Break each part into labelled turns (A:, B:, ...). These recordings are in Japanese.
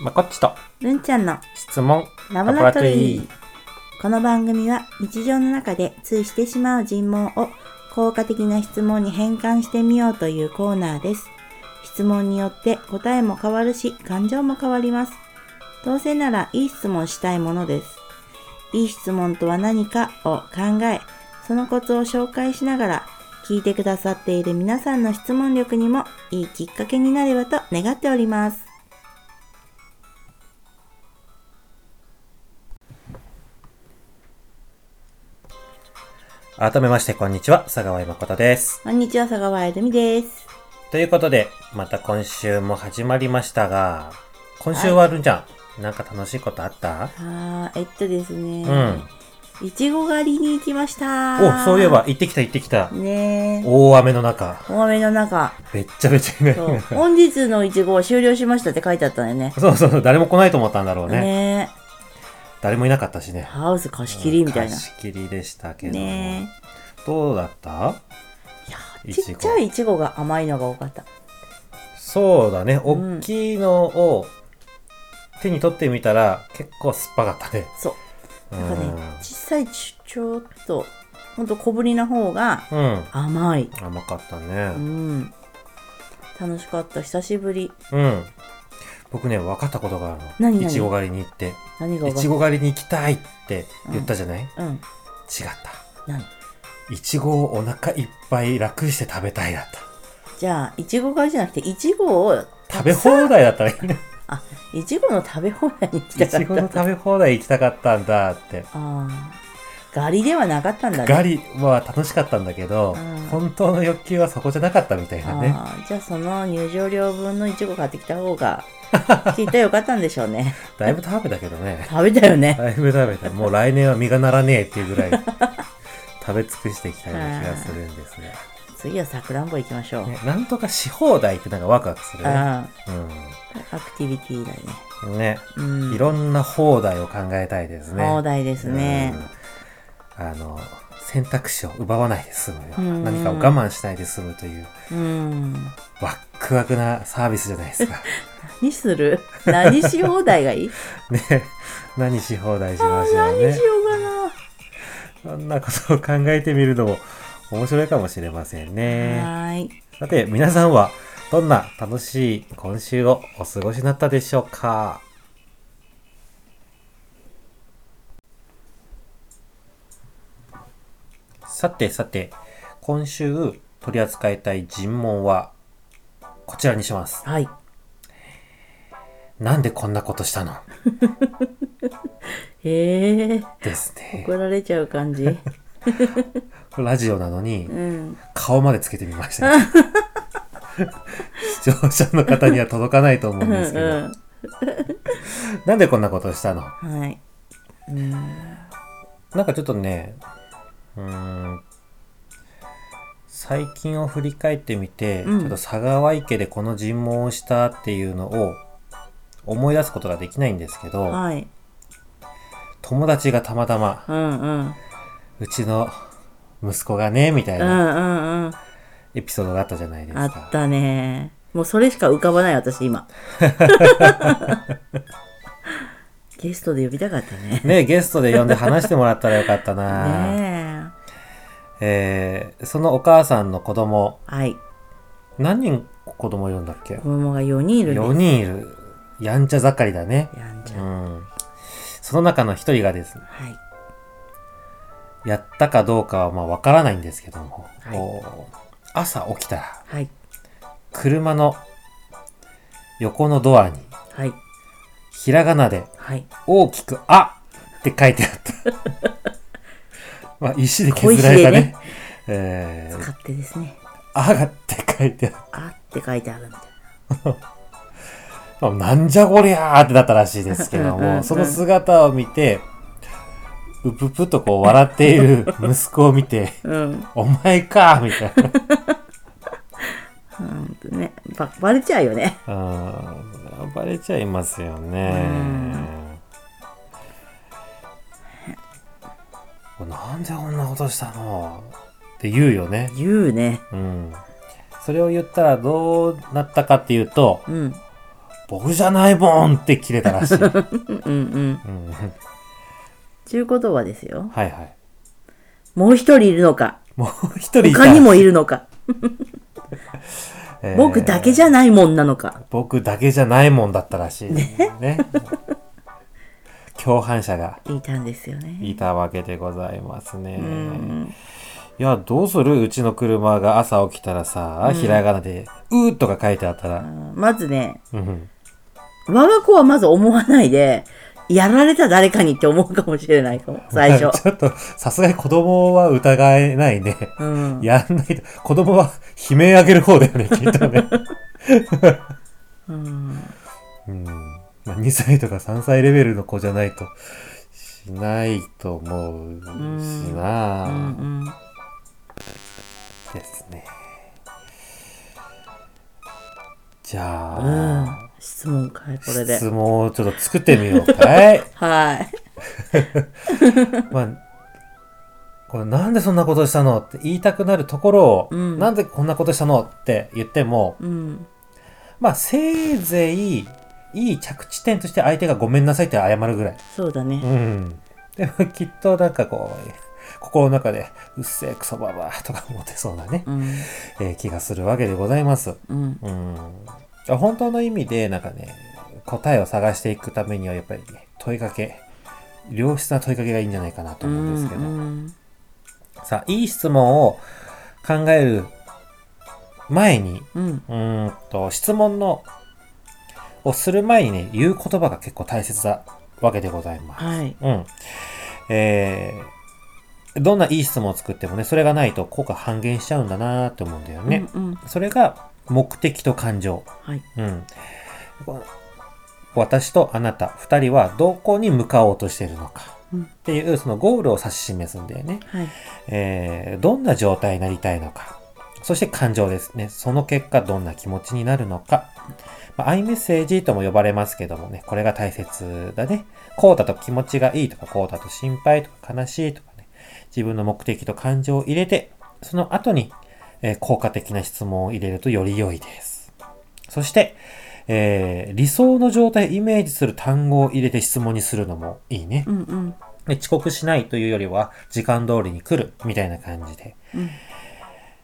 A: まこっちと
B: るんちゃんの
A: 質問
B: ラボラトリー。この番組は日常の中で通してしまう尋問を効果的な質問に変換してみようというコーナーです。質問によって答えも変わるし感情も変わります。どうせならいい質問したいものです。いい質問とは何かを考え、そのコツを紹介しながら聞いてくださっている皆さんの質問力にもいいきっかけになればと願っております。
A: 改めましてこんにちは佐川まことです
B: こんにちは、佐川あゆみです。
A: ということでまた今週も始まりましたが今週はるんちゃん、なんか楽しいことあった
B: あーえっとですね、
A: う
B: いちご狩りに行きまし
A: ん
B: た
A: おそういえば行ってきた行ってきた
B: ねえ
A: 大雨の中
B: 大雨の中
A: べっちゃべちゃにね
B: そう本日のいちごを終了しましたって書いてあったんだよね
A: そうそうそう誰も来ないと思ったんだろうね
B: ねえ
A: 誰もいなかったしね
B: ハウス貸し切りみたいな
A: 貸し切りでしたけども
B: ね
A: どうだった
B: え
A: い
B: ち
A: ち
B: っ
A: ご
B: ちゃいいちごが甘いのが多かった
A: そうだね
B: うん
A: 大きいのを手に取ってみたら結構酸っぱかったね
B: そう
A: う
B: なんかね
A: ん
B: 小さいちちょっとほんと小ぶりな方が
A: うん
B: 甘い
A: 甘かった
B: う
A: ね
B: ん楽しかった久しぶり
A: うん、僕ね分かったことがあるの
B: 何何
A: いちご狩りに行って
B: 何が
A: い
B: 分か
A: ち
B: る
A: ご狩りに行きたいって言ったじゃない、違っ
B: うん
A: た
B: 何
A: いちごをお腹いっぱい楽して食べたいだった
B: じゃあいちご狩りじゃなくていちごを
A: 食べ放題だったらいい ね
B: いちごの食べ放題に行き
A: い
B: たか
A: ち
B: った
A: ごの食べ放題行きたかったんだって
B: ああ。ガリではなかったんだね。
A: ガリは楽しかったんだけど、
B: うん
A: 本当の欲求はそこじゃなかったみたいなね。
B: ああじゃあその入場料分のいちご買ってきた 方が、きっとよかったんでしょうね。
A: だいぶ食べたけどね。
B: 食べたよね。
A: だいぶ食べた。もう来年は実がならねえっていうぐ らい食べ尽くしていきたいな気がするんですが、
B: 次はさくらんぼ行きましょう。
A: ね。なんとかし放題ってなんかワクワクするね。
B: ああ、アクティビティだね。
A: うん。ね。
B: うん。
A: いろんな放題を考えたいですね。
B: 放題ですね。
A: うん。あの、選択肢を奪わないで済むよう
B: うん
A: な。何かを我慢しないで済むという、
B: うん。
A: ワックワクなサービスじゃないです か。
B: 何する何し放題がいい
A: ね、何し放題し
B: ああ
A: ましょう
B: 何し
A: ね
B: よ。うかな。
A: そんなことを考えてみるのも面白いかもしれませんね。
B: はーい。
A: さて、皆さんはどんな楽しい今週をお過ごしになったでしょうかさてさて、今週取り扱いたい尋問はこちらにします。
B: はい。
A: なんでこんなことしたの
B: へえ。
A: ですね。
B: 怒られちゃう感 じ。
A: ラジオなのに
B: うん。
A: 顔までつけてみま した、ね。視聴者の方には届かないと思う
B: うんん
A: ですけど、
B: う
A: なんでこんなことをしたの
B: ん。はい。
A: なんかちょっとね、うーん、最近を振り返ってみて、
B: うん
A: ちょっと佐川池でこの尋問をしたっていうのを思い出すことができないんですけど、
B: はい。
A: 友達がたまたま、
B: うんうん。
A: うちの息子がね、みたい
B: うん
A: な
B: うんうん。
A: エピソードがあったじゃないです
B: あ
A: か。
B: ったね。もうそれしか浮かばない 私今。ゲストで呼びたかったね。
A: ね、ゲストで呼んで話してもらったらよかったな、
B: ね
A: えーそのお母さんの子供、
B: え。はい。
A: 何人子供いるんだっけ
B: 子供が4人いるんです。
A: ?4 人いる。やんちゃ盛りだね。
B: やんち
A: う
B: ゃん。
A: ん。その中の一人がですね、
B: はい。
A: やったかどうかはまあわからないんですけども、
B: はい
A: こう朝起きたら、
B: はい。
A: 車の横のドアに、
B: はい。
A: ひらがなで
B: はい。
A: 大きく、あって書いてあ った。まあ、石で削られたね。えー、
B: 使ってですね。
A: あがって書いてあっ
B: あって書いてあるみたいな。
A: た。まあなんじゃこりゃーってなったらしいですけど
B: うんうんうん
A: も、その姿を見て、うぷぷとこう笑っている息子を見て、
B: うん。
A: お前かみたいな。
B: うんとね。ば、ばれちゃうよね。
A: あーバレちゃいますよね。なんでこんなことしたのって言うよね。
B: 言うね。
A: うん。それを言ったらどうなったかっていうと、
B: うん。
A: 僕じゃないもんって切れたらし い。うん
B: うんうん。
A: ん、はい
B: ちゅうことはですよ。
A: はい。
B: もう一人いるのか。
A: もう一人いた
B: 他にもいるのか。
A: えー
B: 僕だけじゃないもんなのか。
A: 僕だけじゃないもんだったらしい。ね。共犯者が
B: いたんですよね。
A: いたわけでございますね。
B: うん。
A: いや、どうするうちの車が朝起きたらさ、ひらがなで、うーとか書いてあったら、
B: まずね、
A: うん、
B: 我が子はまず思わないで、やられた誰かにって思うかもしれないかも、最初。
A: ちょっと、さすがに子供は疑えないね。
B: うん。
A: やんないと、子供は悲鳴あげる方だよ ね、きっとね。
B: うん
A: うんまあ、2歳とか3歳レベルの子じゃないと、しないと思うしな
B: う
A: あ
B: んうん
A: ですね。じゃ
B: う
A: あ、
B: ん。質問かい、これで
A: 質。問をちょっと作ってみようかい。
B: はい。
A: まあ、これなんでそんなことしたのって言いたくなるところを、
B: うん
A: なんでこんなことしたのって言っても、
B: うん。
A: まあ、せいぜい、いい着地点として相手がごめんなさいって謝るぐらい。
B: そうだね
A: う。ん。でもきっとなんかこう、心の中で、うっせえクソババアとか思ってそうなね、
B: うん。
A: えー気がするわけでございます。
B: うん。
A: うん。本当の意味で、なんかね、答えを探していくためには、やっぱり、ね、問いかけ、良質な問いかけがいいんじゃないかなと思うんですけど。
B: うん
A: さあ、いい質問を考える前に、
B: うん。
A: うーんと、質問の、をする前にね、言う言葉が結構大切なわけでございます。
B: はい。
A: うん。えー、どんないい質問を作ってもね、それがないと効果半減しちゃうんだなーって思うんだよね。
B: うんうん。
A: それが、目的と感情。
B: はい。
A: うん。私とあなた二人はどこに向かおうとしているのか
B: うん
A: っていうそのゴールを指し示すんだよね、
B: はい。
A: えーどんな状態になりたいのかそして感情ですねその結果どんな気持ちになるのか、まあ、アイメッセージとも呼ばれますけどもねこれが大切だねこうだと気持ちがいいとかこうだと心配とか悲しいとかね自分の目的と感情を入れてその後に、えー効果的な質問を入れるとより良いですそして、えー理想の状態をイメージする単語を入れて質問にするのもいいね
B: うんうん。
A: で遅刻しないというよりは時間通りに来るみたいな感じで、
B: うん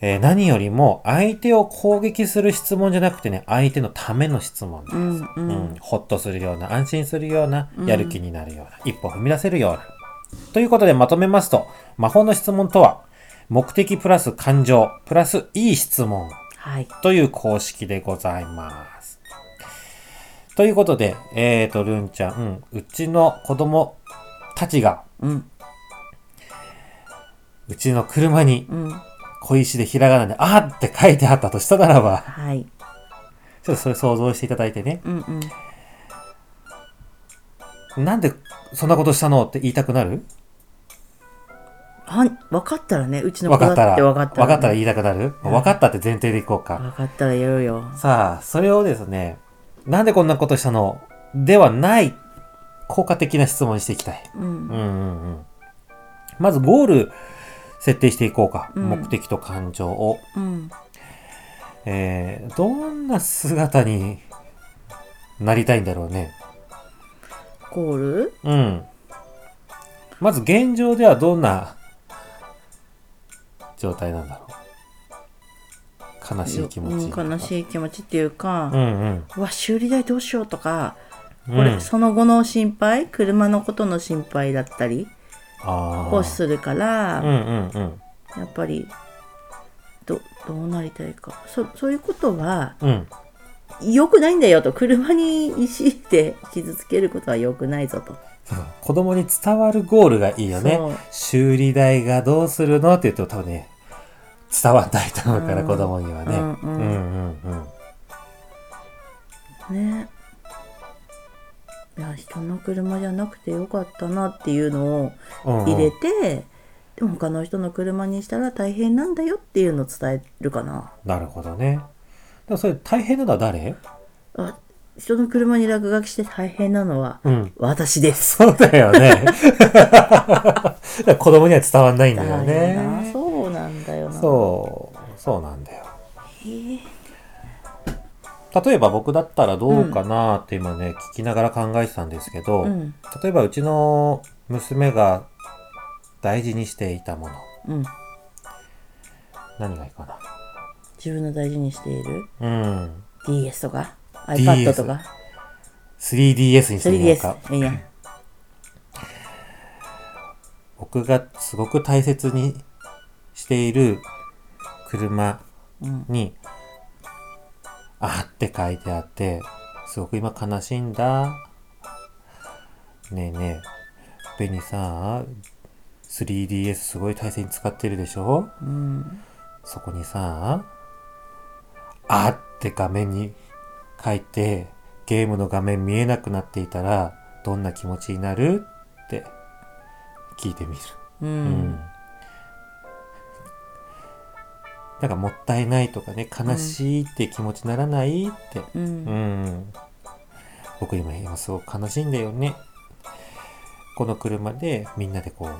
A: えー何よりも相手を攻撃する質問じゃなくてね相手のための質問です、
B: うんう
A: うん
B: ん。
A: ほっとするような安心するような
B: うん
A: やる気になるような、一歩踏み出せるようなということでまとめますと魔法の質問とは目的プラス感情プラスいい質問
B: はい。
A: という公式でございます。ということで、えーと、るんちゃん、うんうちの子供たちが
B: うん。
A: うちの車に
B: うん。
A: 小石でひらがなで、あーって書いてあったとしたならば、
B: はい。
A: ちょっとそれ想像していただいてね。
B: うんうん。
A: なんでそんなことしたのって言いたくなる
B: はん、分かったらね、うちの
A: 分
B: 子
A: かった
B: だ
A: ら。
B: って分かったら。
A: 分かったら言いたくなる、
B: うん
A: 分かったって前提でいこうか。
B: 分かったらやろうよ。
A: さあ、それをですね、なんでこんなことしたのではない、効果的な質問にしていきたい。
B: うん
A: う。んうんうん。まずゴール、設定していこうか。
B: うん
A: 目的と感情を。
B: うん。
A: えー、どんな姿になりたいんだろうね。
B: ゴール
A: うん。まず現状ではどんな状態なんだろう。悲しい気持ち。
B: うん悲
A: い。
B: しい気持ちっていう
A: う
B: か、
A: んうん。
B: うわ、修理代どうしようとか、こ
A: う
B: れ、
A: ん、
B: その後の心配車のことの心配だったり
A: あ
B: を
A: ー
B: するから、
A: うんうんうん。
B: やっぱりどどうなりたいかそそういうことは
A: うん。
B: 良くないんだよと車に石で傷つけることは良くないぞと
A: そう子供に伝わるゴールがいいよね
B: そう。
A: 修理代がどうするのって言うと多分ね、伝わんないと思うから、
B: うん
A: 子供にはね。
B: うんうん
A: うんうんうん。
B: ねいや人の車じゃなくてよかったなっていうのを
A: うんうん
B: 入れて、でも他の人の車にしたら大変なんだよっていうのを伝えるかな
A: なるほどね。でもそれ大変なのは誰
B: あ人の車に落書きして大変なのは
A: うん。
B: 私です
A: そうだよ ね。子供には伝わんないんだよ
B: だよな
A: ね。
B: そうなんだよな
A: そう、そうなんだよ。
B: へえ
A: 例えば僕だったらどうかなって今ね、聞きながら考えてたんですけど、
B: うん
A: 例えばうちの娘が大事にしていたもの、
B: うん
A: 何がいいか
B: 自分の大事にしている
A: な。うん。
B: DS とか iPad とか
A: 3DS にしてみようか。
B: 3DS いいやん
A: 僕がすごく大切にしている車
B: うん
A: に、あって書いてあって、すごく今悲しいんだ。ねえねえ、ベニさ、3DS すごい大切に使ってるでしょ
B: うん
A: そこにさ、あって画面に書いて、ゲームの画面見えなくなっていたら、どんな気持ちになるって聞いてみる。
B: う
A: うんなんかもったいないとかね、悲しいって気持ちにならないって。
B: う
A: うんん。僕今、今すごく悲しいんだよね。この車でみんなでこう、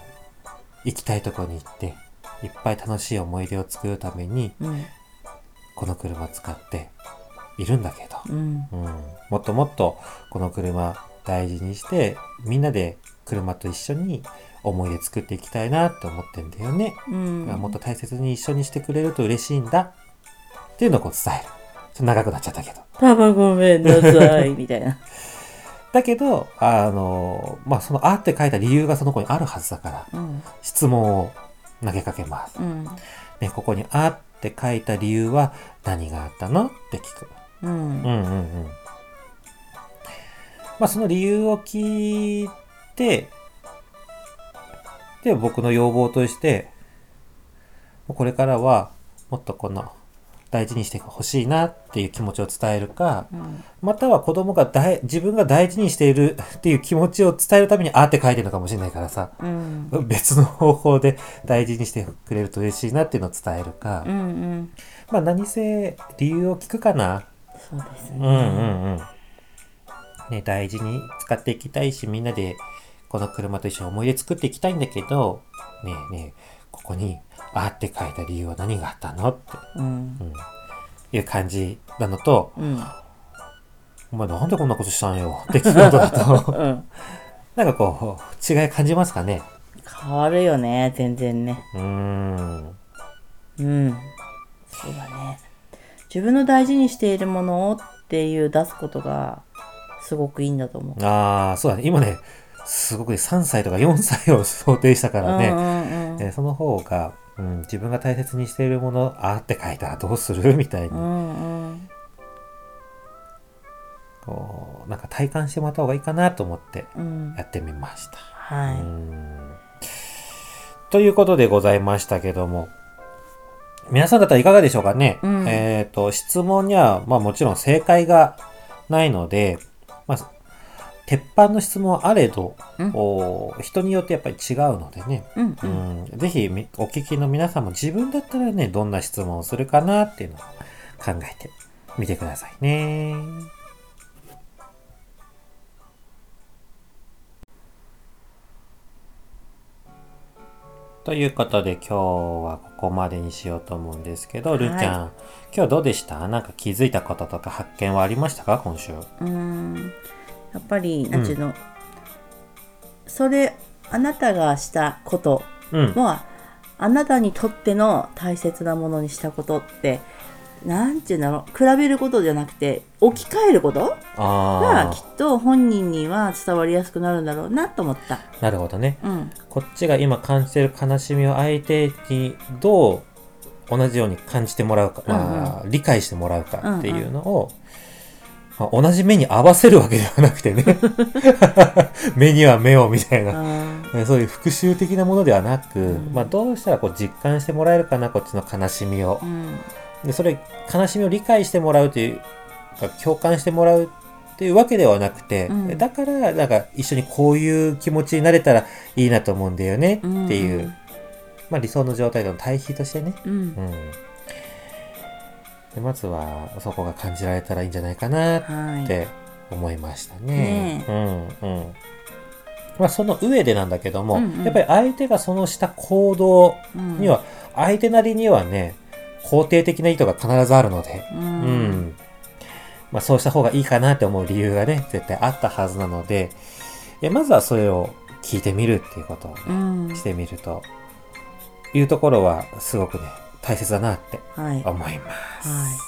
A: 行きたいとこに行って、いっぱい楽しい思い出を作るために、
B: うん
A: この車使っているんだけど、
B: うん
A: うん、もっともっとこの車大事にしてみんなで車と一緒に思い出作っていきたいなって思ってんだよね、
B: うん
A: もっと大切に一緒にしてくれると嬉しいんだっていうのをこう伝えるちょっと長くなっちゃったけど
B: パパごめんな さいみたいな
A: だけどあのまあその「あ」って書いた理由がその子にあるはずだから
B: うん
A: 質問を投げかけます、
B: うん
A: ね、ここに「あ」って書いた理由は何があったのって聞く
B: うん
A: うんうんうん。まあその理由を聞いて、で、僕の要望として、もうこれからはもっとこの大事にしてほしいなっていう気持ちを伝えるか、
B: うん
A: または子供が大自分が大事にしている っていう気持ちを伝えるためにあーって書いてるのかもしれないからさ、
B: うん
A: 別の方法で大事にしてくれると嬉しいなっていうのを伝えるか、
B: うんうん
A: まあ何せ理由を聞くかな
B: そうです
A: うんうん
B: ね
A: うん。ね、大事に使っていきたいし、みんなでこの車と一緒に思い出作っていきたいんだけど、ねえねえ、ここに、あって書いた理由は何があったのって、
B: うん
A: いう感じなのと、
B: うん
A: お前なんでこんなことしたんよって聞くことだと、
B: うん
A: なんかこう、違い感じますかね
B: 変わるよね全然ね
A: うーん。
B: うんそうだね自分の大事にしているものをっていう出すことがすごくいいんだと思う
A: ああ、そうだね。今ね、すごくね3歳とか4歳を想定したからね。
B: うん
A: えーその方が、うん、自分が大切にしているもの、あーって書いたらどうするみたいに、
B: うんうんうん
A: こう、なんか体感してもらった方がいいかなと思って
B: うんうん
A: やってみました。う
B: は
A: んということでございましたけども、皆さんだったらいかがでしょうかね、
B: うん
A: えっ、と、質問には、まあもちろん正解がないので、まあ、鉄板の質問はあれど、
B: うん
A: お人によってやっぱり違うのでね、
B: いうんう
A: うんん、ぜひみお聞きの皆さんも自分だったらね、どんな質問をするかなっていうのを考えてみてくださいね。ということで今日はここまでにしようと思うんですけど、
B: はい
A: るーちゃん、今日どうでしたなんか気づいたこととか発見はありましたか今週。
B: うんやっぱりなんちゅうの、それあなたがしたこと
A: うん。
B: はあなたにとっての大切なものにしたことってなんちゅうんだろう比べることじゃなくて置き換えること
A: あ
B: がきっと本人には伝わりやすくなるんだろうなと思った。
A: あ、なるほどね。
B: うん、
A: こっちが今感じてる悲しみを相手にどう同じように感じてもらうか、まあ、理解してもらうかっていうのを、まあ、同じ目に合わせるわけではなくてね 目には目をみたいな、
B: あ
A: ねそういう復習的なものではなく、
B: うん
A: まあ、どうしたらこう実感してもらえるかなこっちの悲しみを
B: ーうん、
A: でそれ悲しみを理解してもらうというか共感してもらうというわけではなくて、
B: うん
A: だからなんか一緒にこういう気持ちになれたらいいなと思うんだよね
B: うん
A: っていう、まあ、理想の状態との対比としてね、
B: うん
A: う、ん、でまずはそこが感じられたらいいんじゃないかなっ
B: はい、
A: て思いましたね。うんうんまあ、その上でなんだけども、
B: うんうん
A: やっぱり相手がそのした行動
B: うん
A: には、相手なりにはね肯定的な意図が必ずあるので、
B: う、
A: うんん。まあ、そうした方がいいかなって思う理由がね、絶対あったはずなので、えまずはそれを聞いてみるっていうことをね、
B: うん
A: してみるというところはすごくね大切だなって
B: はい
A: 思います。
B: はい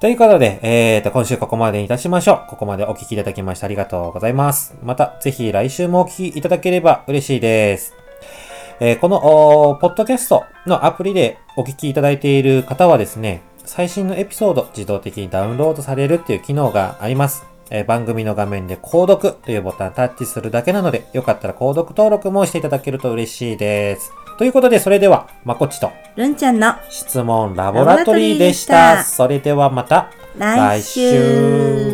A: ということで、えー、と、今週ここまでにいたしましょう。ここまでお聞きいただきましてありがとうございます。また、ぜひ来週もお聞きいただければ嬉しいです。えーこの、おーポッドキャストのアプリでお聞きいただいている方はですね、最新のエピソード自動的にダウンロードされるっていう機能があります。えー番組の画面で購読というボタンをタッチするだけなので、よかったら購読登録もしていただけると嬉しいです。ということで、それでは、まこっちと
B: るんちゃんの
A: 質問ラボラトリーでした。
B: ラボラトリーでした
A: それではまた。来
B: 来週
A: 週